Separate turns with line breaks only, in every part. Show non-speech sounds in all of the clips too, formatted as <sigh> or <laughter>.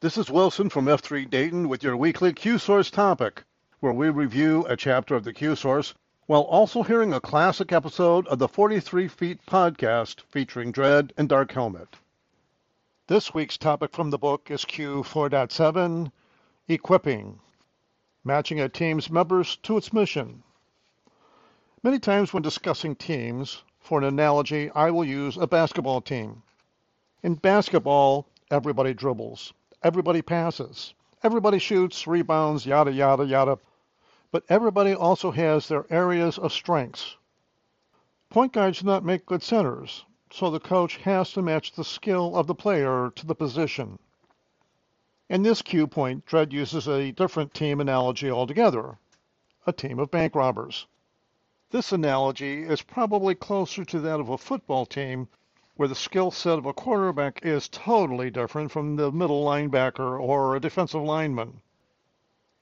This is Wilson from F3 Dayton with your weekly QSource topic, where we review a chapter of the QSource while also hearing a classic episode of the 43 Feet podcast featuring Dread and Dark Helmet. This week's topic from the book is Q4.7 Equipping, matching a team's members to its mission. Many times when discussing teams, for an analogy, I will use a basketball team. In basketball, everybody dribbles, everybody passes, everybody shoots, rebounds, yada, yada, yada. But everybody also has their areas of strengths. Point guards do not make good centers, so the coach has to match the skill of the player to the position. In this cue point, Dredd uses a different team analogy altogether a team of bank robbers. This analogy is probably closer to that of a football team, where the skill set of a quarterback is totally different from the middle linebacker or a defensive lineman.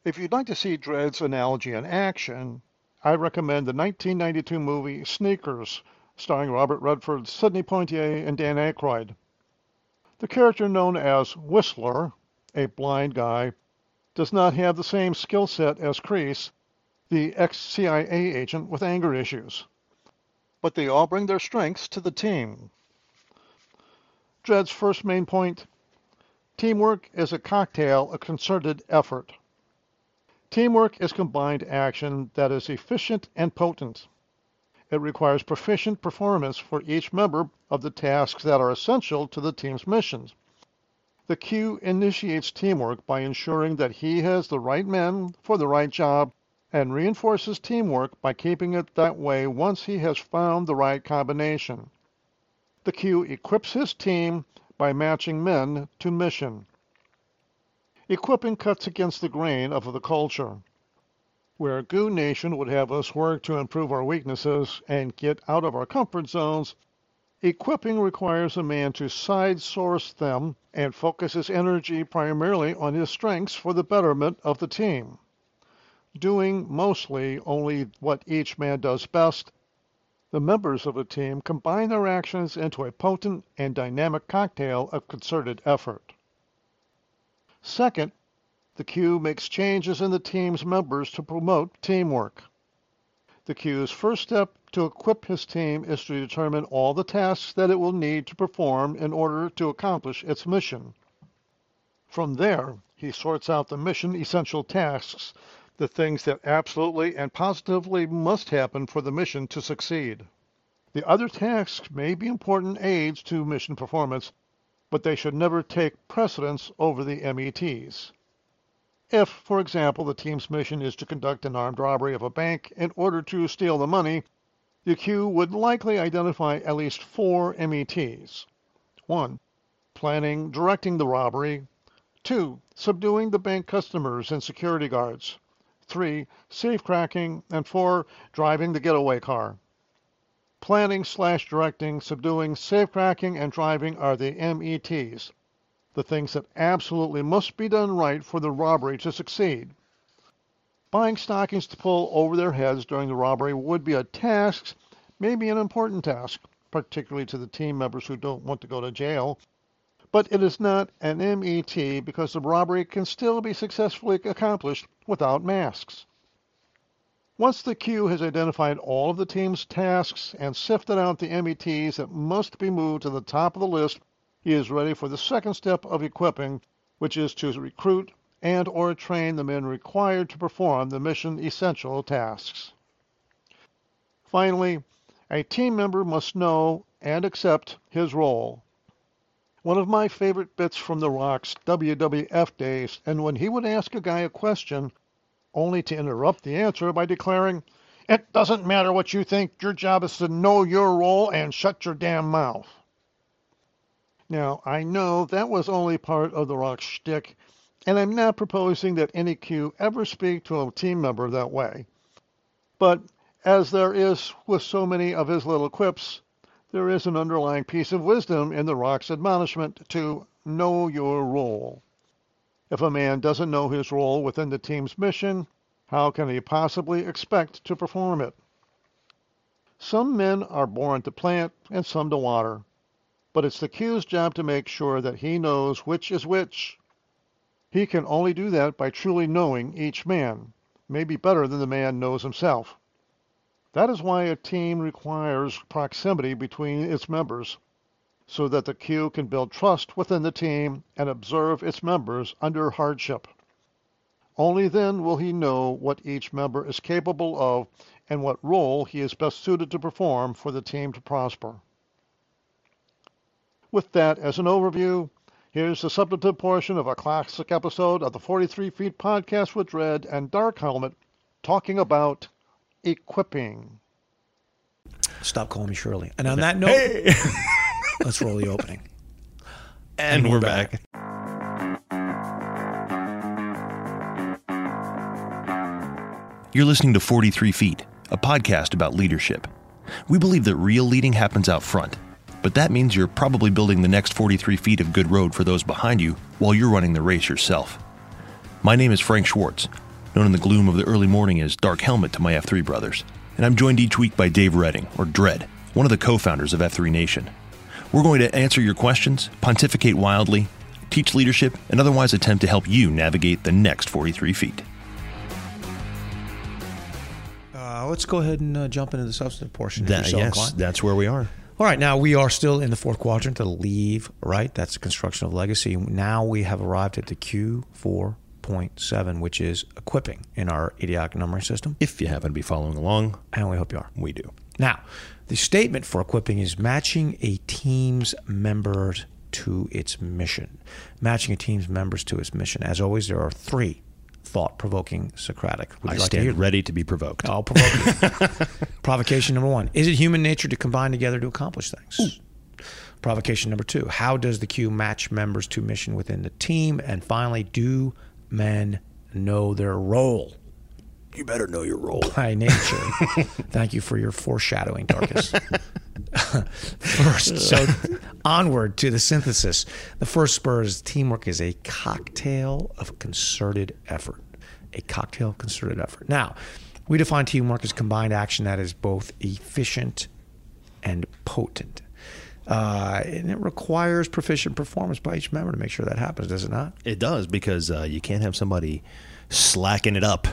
If you'd like to see Dredd's analogy in action, I recommend the 1992 movie Sneakers, starring Robert Redford, Sidney Poitier, and Dan Aykroyd. The character known as Whistler, a blind guy, does not have the same skill set as Crease, the ex CIA agent with anger issues. But they all bring their strengths to the team. Dred's first main point teamwork is a cocktail, a concerted effort. Teamwork is combined action that is efficient and potent. It requires proficient performance for each member of the tasks that are essential to the team's missions. The Q initiates teamwork by ensuring that he has the right men for the right job and reinforces teamwork by keeping it that way once he has found the right combination. The Q equips his team by matching men to mission. Equipping cuts against the grain of the culture, where Goo Nation would have us work to improve our weaknesses and get out of our comfort zones. Equipping requires a man to side source them and focus his energy primarily on his strengths for the betterment of the team doing mostly only what each man does best, the members of a team combine their actions into a potent and dynamic cocktail of concerted effort. Second, the Q makes changes in the team's members to promote teamwork. The Q's first step to equip his team is to determine all the tasks that it will need to perform in order to accomplish its mission. From there, he sorts out the mission essential tasks the things that absolutely and positively must happen for the mission to succeed. The other tasks may be important aids to mission performance, but they should never take precedence over the METs. If, for example, the team's mission is to conduct an armed robbery of a bank in order to steal the money, the Q would likely identify at least four METs. 1. Planning, directing the robbery. 2. Subduing the bank customers and security guards three, safe cracking, and four, driving the getaway car. Planning slash directing, subduing, safe cracking, and driving are the METs, the things that absolutely must be done right for the robbery to succeed. Buying stockings to pull over their heads during the robbery would be a task, maybe an important task, particularly to the team members who don't want to go to jail. But it is not an MET because the robbery can still be successfully accomplished without masks. Once the Q has identified all of the team's tasks and sifted out the METs that must be moved to the top of the list, he is ready for the second step of equipping, which is to recruit and or train the men required to perform the mission essential tasks. Finally, a team member must know and accept his role. One of my favorite bits from The Rock's WWF days, and when he would ask a guy a question, only to interrupt the answer by declaring, It doesn't matter what you think, your job is to know your role and shut your damn mouth. Now, I know that was only part of The Rock's shtick, and I'm not proposing that any Q ever speak to a team member that way. But as there is with so many of his little quips, there is an underlying piece of wisdom in the Rock's admonishment to know your role. If a man doesn't know his role within the team's mission, how can he possibly expect to perform it? Some men are born to plant and some to water, but it's the Q's job to make sure that he knows which is which. He can only do that by truly knowing each man, maybe better than the man knows himself. That is why a team requires proximity between its members, so that the Q can build trust within the team and observe its members under hardship. Only then will he know what each member is capable of and what role he is best suited to perform for the team to prosper. With that as an overview, here's the substantive portion of a classic episode of the 43 Feet Podcast with Dread and Dark Helmet talking about equipping.
Stop calling me Shirley. And on that note, let's roll the opening.
And, we're back. You're listening to 43 Feet, a podcast about leadership. We believe that real leading happens out front, but that means you're probably building the next 43 feet of good road for those behind you while you're running the race yourself. My name is Frank Schwartz, known in the gloom of the early morning as Dark Helmet to my F3 brothers, and I'm joined each week by Dave Redding, or Dread, one of the co founders of F3 Nation. We're going to answer your questions, pontificate wildly, teach leadership, and otherwise attempt to help you navigate the next 43 feet.
<laughs> Uh, let's go ahead and uh, jump into the substantive portion. if you're so inclined.
that's where we are.
All right, now we are still in the fourth quadrant, the leave, right? That's the construction of legacy. Now we have arrived at the Q4.7, which is equipping in our idiotic numbering system.
If you happen to be following along,
And we hope you are.
we do.
Now, the statement for equipping is matching a team's members to its mission. Matching a team's members to its mission. As always, there are three thought provoking Socratic. Would you like to hear them?
ready to Oh, be provoked.
I'll provoke you. <laughs> Provocation number one Is it human nature to combine together to accomplish things? Provocation number two How does the Q match members to mission within the team? And finally, do men know their role?
you better know your role.
by nature. <laughs> Thank you for your foreshadowing, Dorcas. first, so onward to the synthesis. The first spur is teamwork is a cocktail of concerted effort. A cocktail of concerted effort. Now, we define teamwork as combined action that is both efficient and potent. Uh, and it requires proficient performance by each member to make sure that happens, does it not?
It does because uh, you can't have somebody slacking it up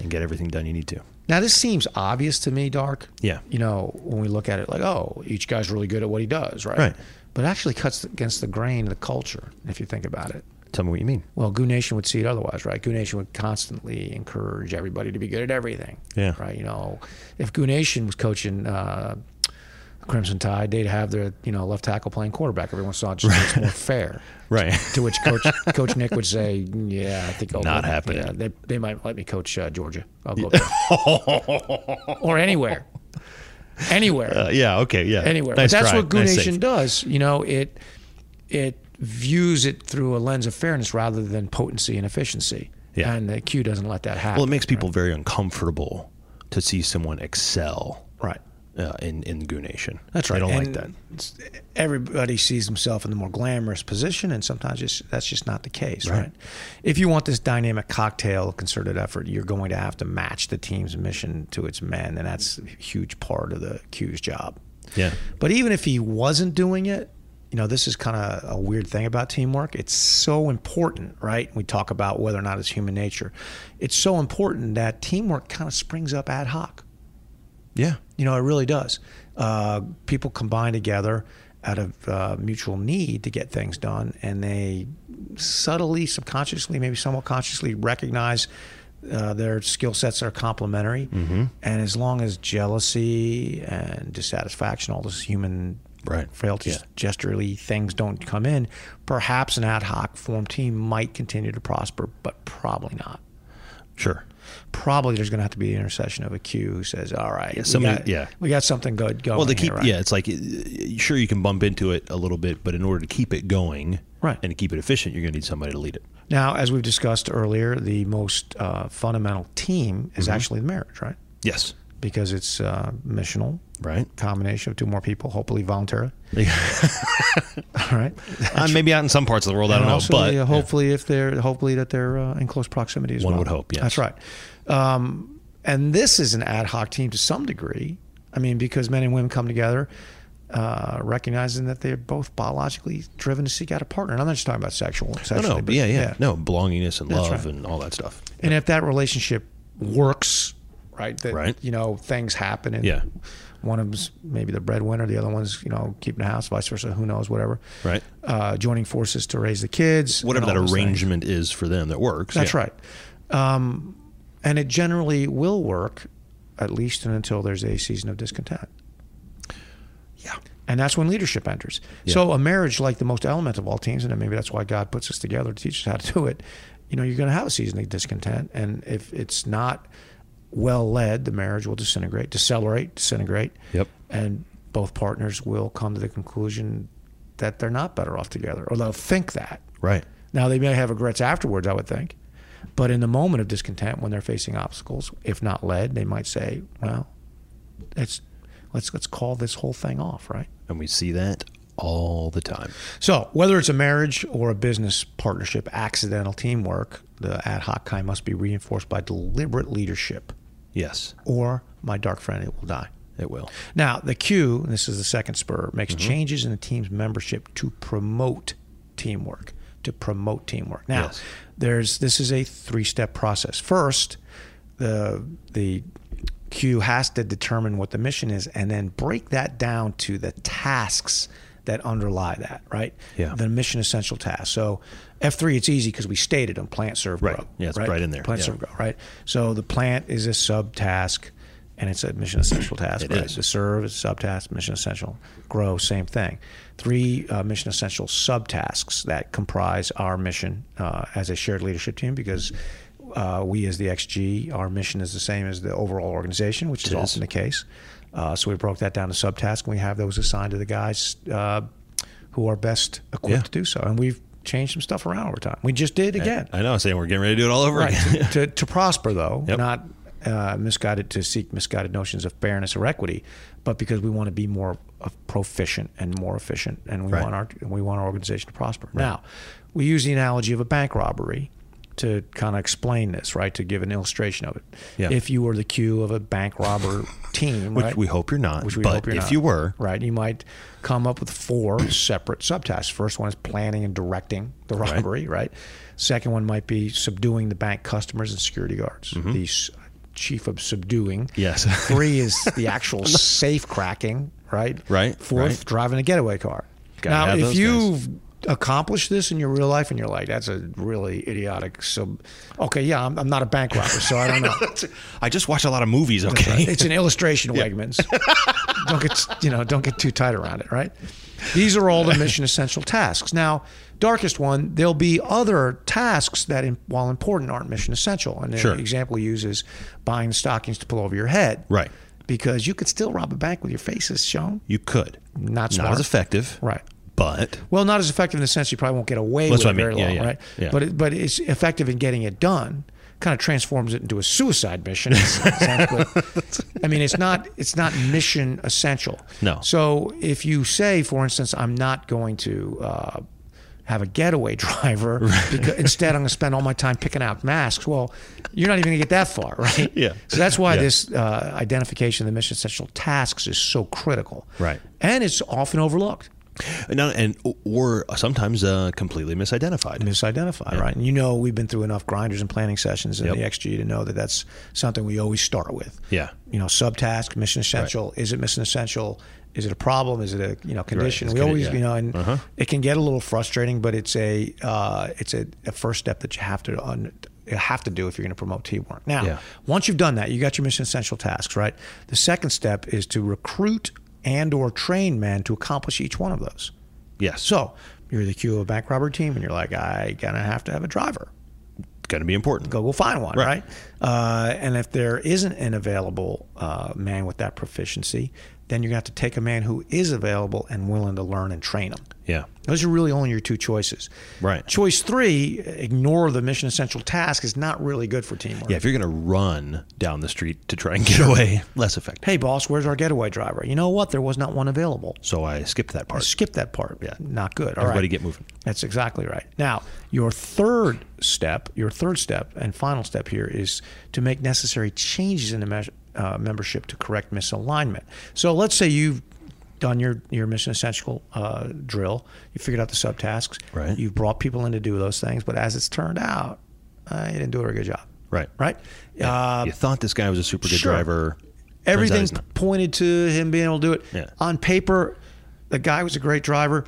and get everything done you need to.
Now this seems obvious to me, Dark.
Yeah.
You know, when we look at it, like, oh, each guy's really good at what he does, right?
Right.
But it actually cuts against the grain of the culture if you think about it.
Tell me what you mean.
Well, Goo Nation would see it otherwise, right? Goo Nation would constantly encourage everybody to be good at everything.
Yeah.
Right. You know, if Goo Nation was coaching uh, Crimson Tide, they'd have their you know left tackle playing quarterback every once in a while, just so it's more fair.
<laughs> Right.
To which Coach Coach Nick would say, "Yeah, I think I'll
Not
go-
happening.
Yeah, they, they might let me coach uh, Georgia. I'll go
<laughs>
there. or anywhere, anywhere."
Uh, yeah. Okay. Yeah.
anywhere.
Nice
but that's
try.
what Goo
Nice
Nation
save.
does. You know, it it views it through a lens of fairness rather than potency and efficiency.
Yeah.
And the Q doesn't let that happen.
Well, it makes people very uncomfortable to see someone excel
right.
uh, in in Goo Nation.
That's right.
I don't like
And
that.
it's- Everybody sees themselves in the more glamorous position, and sometimes just, that's just not the case, right. If you want this dynamic cocktail of concerted effort, you're going to have to match the team's mission to its men, and that's a huge part of the Q's job.
Yeah.
But even if he wasn't doing it, you know, this is kind of a weird thing about teamwork. It's so important, right? We talk about whether or not it's human nature. It's so important that teamwork kind of springs up ad hoc.
Yeah.
You know, it really does. Uh, people combine together out of uh, mutual need to get things done, and they subtly, subconsciously, maybe somewhat consciously recognize uh, their skill sets are complementary.
Mm-hmm.
And as long as jealousy and dissatisfaction, all this human
Right.
frailties,
Yeah.
gesturally things don't come in, perhaps an ad hoc form team might continue to prosper, but probably not.
Sure.
Probably there's going to have to be the intercession of a Q who says, "All right, we
somebody-
got-
yeah.
we got something good going."
Well, to
here,
keep
right?
yeah, it's like uh, sure you can bump into it a little bit, but in order to keep it going,
Right.
and to keep it efficient, you're going to need somebody to lead it.
Now, as we've discussed earlier, the most uh, fundamental team
Mm-hmm.
is actually the marriage, right?
Yes.
Because it's uh, missional,
Right.
combination of two more people, hopefully voluntarily. <laughs> All right.
Uh, maybe out in some parts of the world, I don't
And
know,
also,
but
yeah, Uh, hopefully, if they're hopefully that they're uh, in close proximity as
One
well.
would hope, yes.
That's right. Um, and this is an ad hoc team to some degree. I mean, because men and women come together uh, recognizing that they're both biologically driven to seek out a partner. And I'm not just talking about sexual.
No, no,
sexually, but-
yeah, yeah, No, belongingness and
That's
love
right.
and all that stuff.
And if that relationship works, right, that,
Right.
you know, things happen and
Yeah.
one of them's maybe the breadwinner, the other one's, you know, keeping the house, vice versa, who knows, whatever.
Right.
Uh, joining forces to raise the kids. and
Whatever
all
that
those things.
arrangement is for them that works.
That's
yeah.
right. Um, and it generally will work, at least and until there's a season of discontent.
Yeah.
And that's when leadership enters. So a marriage, like the most element of all teams, and maybe that's why God puts us together to teach us how to do it. You know, you're going to have a season of discontent, and if it's not well led, the marriage will disintegrate, decelerate, disintegrate.
Yep.
And both partners will come to the conclusion that they're not better off together, or they'll think that.
Right.
Now they may have regrets afterwards, I would think, but in the moment of discontent, when they're facing obstacles, if not led, they might say, "Well, it's let's let's call this whole thing off, right?"
And we see that all the time.
So, whether it's a marriage or a business partnership, accidental teamwork, the ad hoc kind must be reinforced by deliberate leadership,
Yes,
or my dark friend, it will die.
it will.
Now, the Q, and this is the second spur, makes
Mm-hmm.
changes in the team's membership to promote teamwork. To promote teamwork. Now,
Yes.
there's this is a three-step process. First, the the Q has to determine what the mission is, and then break that down to the tasks that underlie that. Right.
Yeah.
The mission essential tasks. So, F three, it's easy because we stated them: plant, serve,
Right.
grow.
Yeah, it's right in there.
Plant,
Yeah.
serve, grow. Right. So the plant is a subtask, and it's a mission
<clears throat>
essential task.
It
right?
is.
The serve is subtask, mission essential. Grow, same thing. Three uh, mission essential subtasks that comprise our mission uh, as a shared leadership team because uh, we, as the XG, our mission is the same as the overall organization, which is,
It is.
often the case. Uh, so we broke that down to subtask, and we have those assigned to the guys uh, who are best equipped
Yeah.
to do so. And we've changed some stuff around over time. We just did again.
I know. I'm saying we're getting ready to do it all over
Right.
again.
to, to prosper, though,
Yep.
not uh, misguided to seek misguided notions of fairness or equity, but because we want to be more of proficient and more efficient, and we
Right.
want our we want our organization to prosper. Now, we use the analogy of a bank robbery to kind of explain this, right? To give an illustration of it.
Yeah.
If you were the queue of a bank
<laughs>
robber team,
<laughs> Which
right?
we hope you're not.
Which we
but
hope you're
if
not.
you were,
Right. You might come up with
<clears throat>
four separate subtasks. First one is planning and directing the robbery, right? Second one might be subduing the bank customers and security guards. The s- chief of subduing.
Mm-hmm. Yes. <laughs>
Three is the actual safe cracking, right?
Right,
Fourth,
right.
driving a getaway car.
Gotta
now,
have
if
those
you've accomplished this in your real life and you're like, that's a really idiotic sub. Okay, yeah, I'm, I'm not a bank robber, so I
<laughs>
don't know.
I just watch a lot of movies. Okay.
<laughs> It's an illustration, Wegmans. don't get you know, don't get too tight around it, right? These are
<laughs>
all the mission essential tasks. Now, darkest one, there'll be other tasks that, im- while important, aren't mission essential. And the
Sure.
example we use is buying stockings to pull over your head,
Right.
Because you could still rob a bank with your faces shown.
<laughs> You could.
Not smart.
Not as effective.
Right.
But
Well, not as effective in the sense you probably won't get away
That's
with
what
it
I
very
mean. Yeah,
long,
yeah,
right?
yeah.
But it, but it's effective in getting it done. Kind of transforms it into a suicide mission.
<laughs>
essentially. I mean, it's not it's not mission essential.
No.
So if you say, for instance, I'm not going to uh, have a getaway <laughs> driver, because instead I'm going to spend all my time picking out masks. Well, you're not even going to get that far, right?
Yeah.
So that's why
Yeah.
this uh, identification of the mission essential tasks is so critical.
Right.
And it's often overlooked.
no, and or sometimes uh, completely misidentified.
misidentified, right? And you know, we've been through enough grinders and planning sessions in the XG to know that that's something we always start with.
Yeah.
You know, subtask, mission essential. Is it mission essential? Is it a problem? Is it a you know condition?
It's
We
condi-
always
yeah. Uh-huh.
you know, and it can get a little frustrating, but it's a uh, it's a, a first step that you have to un- you have to do if you're going to promote teamwork. Now,
Yeah.
once you've done that, you got your mission essential tasks, right? The second step is to recruit and or train men to accomplish each one of those.
Yes. So
So you're the queue of a bank robber team, and you're like, I gonna have to have a driver.
going to be important.
Go, go find one,
Right.
right? Uh, and if there isn't an available uh, man with that proficiency, then you're gonna have to take a man who is available and willing to learn and train him.
Yeah.
Those are really only your two choices.
Right.
Choice three, ignore the mission essential task, is not really good for teamwork.
Yeah. If you're going to run down the street to try and get away, less effective.
Hey, boss, where's our getaway driver? You know what? There was not one available.
So I skipped that part.
Skip that part.
Yeah.
Not good. All right.
Everybody get moving.
That's exactly right. Now, your third step, your third step and final step here is to make necessary changes in the meas uh, membership to correct misalignment. So let's say you've done your your mission essential uh, drill. You figured out the subtasks.
Right.
You brought people in to do those things, but as it's turned out, uh, you didn't do a very good job.
Right.
Right. Uh,
you thought this guy was a super good
sure.
driver. Turns out
everything
he's not.
pointed to him being able to do it.
Yeah.
On paper, the guy was a great
<coughs>
driver.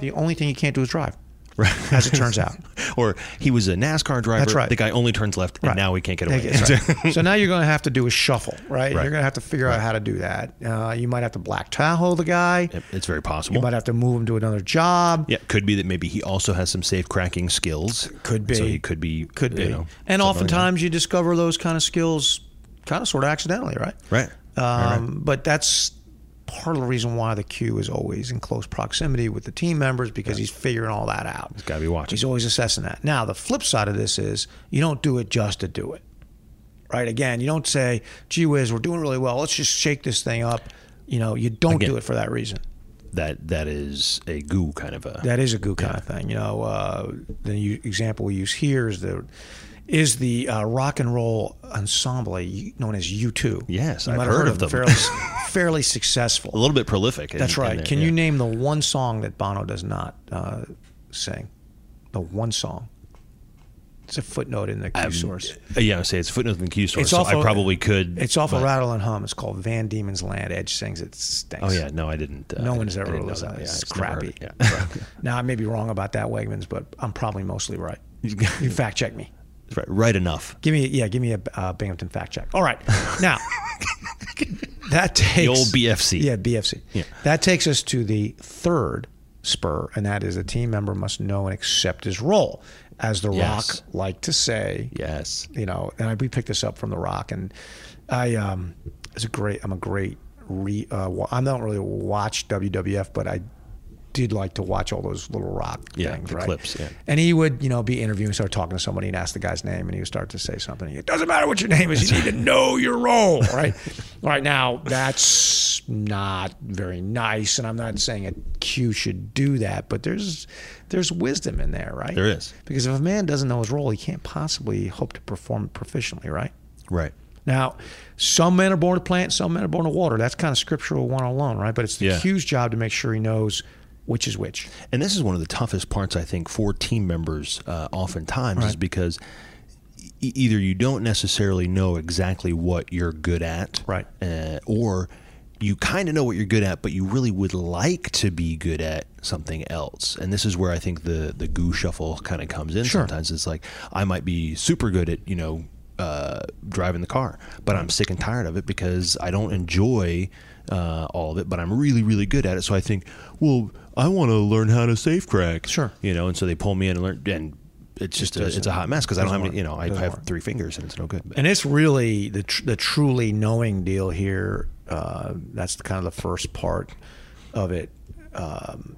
the only thing he can't do is drive.
Right.
As it turns
<laughs>
out.
Or he was a NASCAR driver.
That's right.
The guy only turns left, and
Right.
now we can't get
Yeah,
away.
that's right. so now you're going to have to do a shuffle, right?
Right.
You're going to have to figure out how to do that. Uh, you might have to black Tahoe the guy.
<laughs> Yep, it's very
You
possible.
might have to move him to another job.
yeah, could be that maybe he also has some safe cracking skills.
Could be.
So he could be.
Could be.
You know,
and
something like that.
oftentimes you discover those kind of skills kind of sort of accidentally, right?
Right.
Um, But that's part of the reason why the Q is always in close proximity with the team members because he's figuring all that out. He's
gotta be watching.
He's always assessing that. Now, the flip side of this is you don't do it just to do it, right? Again, you don't say, gee whiz, we're doing really well. Let's just shake this thing up. You know, you don't
Again.
do it for that reason.
That that is a goo kind of a.
That is a goo kind of thing. You know, uh, the u- example we use here is the is the uh, rock and roll ensemble known as U2.
Yes,
You
I've
might have
heard of them. <laughs>
Fairly, fairly
a
successful.
little bit prolific. in-
That's
in
right.
there,
Can
yeah.
you name the one song that Bono does not uh, sing? The one song. It's a footnote in the Q source.
Uh, Yeah, I would say it's footnote in the Q source.
It's
So
off
I
a-
probably could.
It's off a
but-
rattle and hum. It's called Van Diemen's Land. Edge sings it. Stinks.
Oh yeah, no, I didn't. Uh, I
No
didn't-
one's
I
ever
didn't know
listened to
Yeah,
this. It's
I've never heard
crappy.
it. Yeah.
<laughs> now, I may be wrong about that, Wegmans, but I'm probably mostly right. You fact check me.
That's right. Right enough.
Give me, yeah, give me a uh, Binghamton fact check. All right,
<laughs>
now that takes
old BFC.
Yeah, BFC.
Yeah.
That takes us to the third spur, and that is a team member must know and accept his role, as The
Yes.
Rock liked to say.
Yes.
You know, and I, we picked this up from The Rock, and I um, it's a great. I'm a great re. Uh, wa- I don't really watch WWF, but I did like to watch all those little Rock
Yeah,
things,
the
right?
clips, yeah.
And he would, you know, be interviewing, start talking to somebody, and ask the guy's name, and he would start to say something. He, it doesn't matter what your name is, you need
<laughs>
to know your role, right? All right, now that's not very nice, and I'm not saying a Q should do that, but there's there's wisdom in there, right?
There is.
because if a man doesn't know his role, he can't possibly hope to perform proficiently, right?
Right.
Now, some men are born to plant, some men are born to water. That's kind of scriptural one alone, right? But it's the
Yeah.
Q's job to make sure he knows which is which.
And this is one of the toughest parts, I think, for team members uh, oftentimes is because e- either you don't necessarily know exactly what you're good at,
Right.
uh, or you kind of know what you're good at, but you really would like to be good at something else. And this is where I think the the goo shuffle kind of comes in. Sometimes it's like I might be super good at you know uh, driving the car, but I'm sick and tired of it because I don't enjoy uh, all of it. But I'm really really good at it, so I think, well, I want to learn how to safe crack.
Sure.
you know, and so they pull me in and learn and. It's just a, it's a hot mess because I don't have any, you know I
Doesn't
have
work.
three fingers and it's no good. But-
And it's really the tr- the truly knowing deal here. Uh, that's the, kind of the first part of it. Um,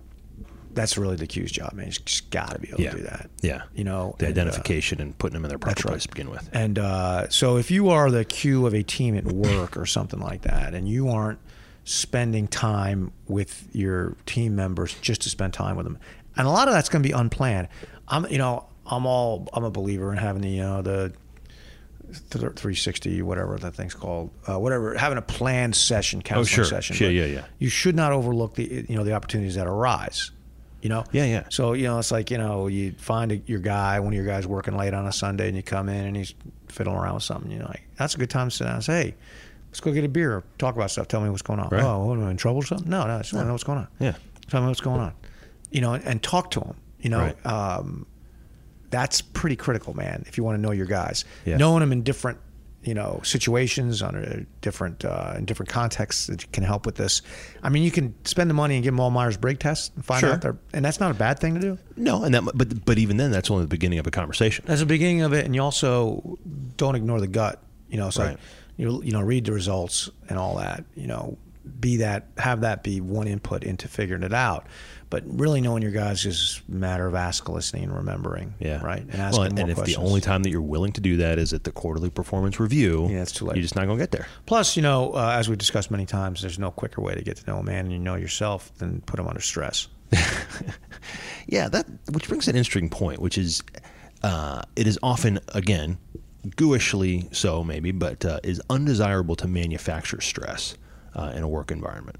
that's really the Q's job, man. You just got to be able
Yeah.
to do that.
Yeah.
you know
the
and, uh,
identification and putting them in their proper
right.
place to begin with.
And uh, so, if you are the Q of a team at work or something like that, and you aren't spending time with your team members just to spend time with them, and a lot of that's going to be unplanned. I'm, you know, I'm all I'm a believer in having the you know the th- 360 whatever that thing's called uh, whatever having a planned session counseling
Oh, sure.
session
Yeah,
but
yeah, yeah.
you should not overlook the you know the opportunities that arise you know
Yeah, yeah.
so you know it's like you know you find a, your guy one of your guys working late on a sunday and you come in and he's fiddling around with something you know like that's a good time to sit down and say hey let's go get a beer talk about stuff tell me what's going on
Right.
oh what, am I in trouble or something no no i just want to know what's going on
Yeah.
tell me what's going on you know and, and talk to him you know
Right.
um, that's pretty critical, man. If you want to know your guys,
Yeah.
knowing them in different, you know, situations under different uh, in different contexts it can help with this. I mean, you can spend the money and give them all Myers Briggs tests and find
Sure.
out they're, and that's not a bad thing to do.
No, and that but but even then, that's only the beginning of a conversation.
That's the beginning of it, and you also don't ignore the gut. You know, so
Right.
you you know read the results and all that. You know, be that have that be one input into figuring it out. But really knowing your guys is a matter of ask, listening, and remembering.
Yeah,
right. And
Well,
asking
and,
more
if
questions.
the only time that you're willing to do that is at the quarterly performance review,
Yeah, it's too late.
You're just not gonna get there.
Plus, you know, uh, as we discussed many times, there's no quicker way to get to know a man and you know yourself than put him under stress.
Yeah, that which brings an interesting point, which is uh, it is often again gooishly so maybe, but uh, is undesirable to manufacture stress uh, in a work environment.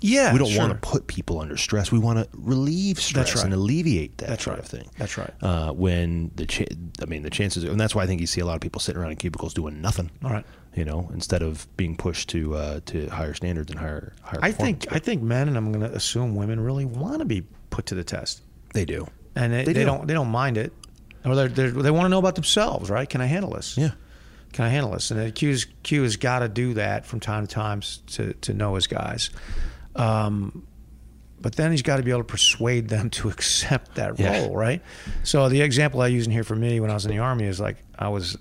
Yeah,
we don't
sure.
want to put people under stress. We want to relieve stress
right.
and alleviate that
That's
sort
right.
of thing.
That's right.
Uh, when the, cha- I mean, the chances, and that's why I think you see a lot of people sitting around in cubicles doing nothing.
All right.
You know, instead of being pushed to uh, to higher standards and higher higher.
I think
performance.
I think men and I'm going to assume women really want to be put to the test,
they do.
and they,
They
they,
do.
do. not they don't mind it, or they're, they're, they want to know about themselves, right? Can I handle this?
Yeah.
Can I handle this? And the Q's, Q has got to do that from time to time s- to to know his guys, um, but then he's got to be able to persuade them <laughs> to accept that
Yeah.
role, right? So the example I use in here for me when I was in the army is like I was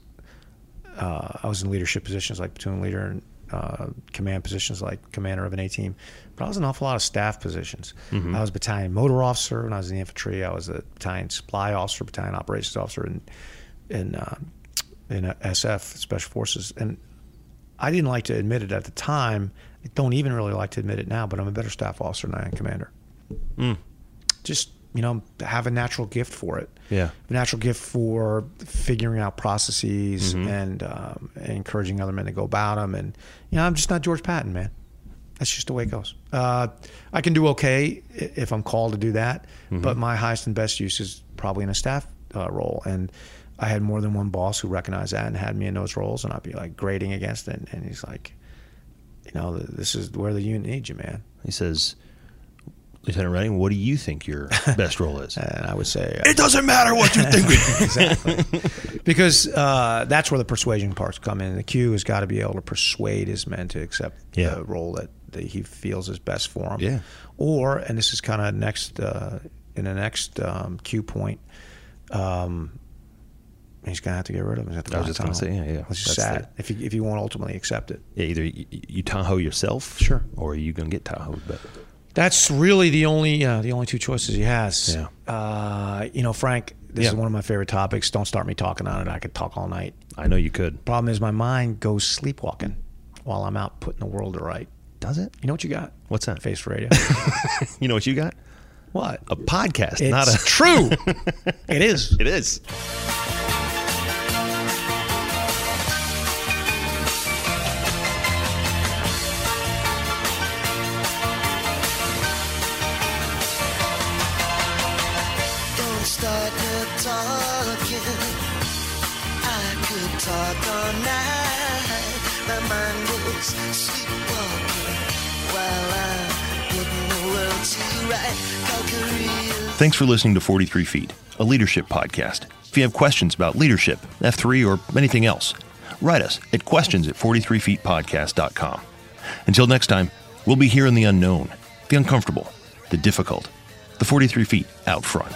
uh, I was in leadership positions like platoon leader and uh, command positions like commander of an A team, but I was in an awful lot of staff positions. I was battalion motor officer when I was in the infantry. I was a battalion supply officer, battalion operations officer, and in uh, in uh, SF Special Forces. And I didn't like to admit it at the time. I don't even really like to admit it now, but I'm a better staff officer than I am commander. Just you know, have a natural gift for it
Yeah.
a natural gift for figuring out processes and, um, and encouraging other men to go about them. And you know, I'm just not George Patton, man. That's just the way it goes. Uh, I can do okay i- if I'm called to do that, but my highest and best use is probably in a staff uh, role. And I had more than one boss who recognized that and had me in those roles, and I'd be like grading against it. And he's like, you know, this is where the unit needs you, man.
He says, Lieutenant Redding, what do you
<laughs>
think your best role is?
And I would say, uh,
it doesn't matter what you
<laughs>
think.
because uh, that's where the persuasion parts come in. The Q has got to be able to persuade his men to accept
Yeah.
the role that, that he feels is best for him.
Yeah.
Or, and this is kind of next uh, in the next um, Q point. Um, he's gonna have to get rid of him. He's gonna have to
I was
go
just
to
gonna
town.
say, yeah, yeah.
It's just
That's
sad if you if you won't ultimately accept it.
<laughs> yeah, either you, you Tahoe yourself,
Sure.
or you gonna get Tahoe. But
That's really the only uh, the only two choices he has.
Yeah.
Uh, you know, Frank, this
Yeah.
is one of my favorite topics. Don't start me talking on it. I could talk all night.
I know you could.
Problem is, my mind goes sleepwalking while I'm out putting the world to right.
Does it?
You know what you got?
What's that?
Face radio.
You know what you got?
what?
A
It's
podcast, <laughs> not a.
true. it is.
It is.
Don't start your talking. I could talk all night. My mind is sleepwalking while I'm putting the world to right. Calgary is
Thanks for listening to 43 Feet, a leadership podcast. If you have questions about leadership, F3, or anything else, write us at questions at 43feetpodcast.com. Until next time, we'll be here in the unknown, the uncomfortable, the difficult, the 43 feet out front.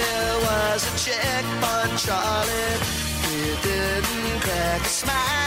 There was a checkpoint, Charlie. He didn't crack a smile.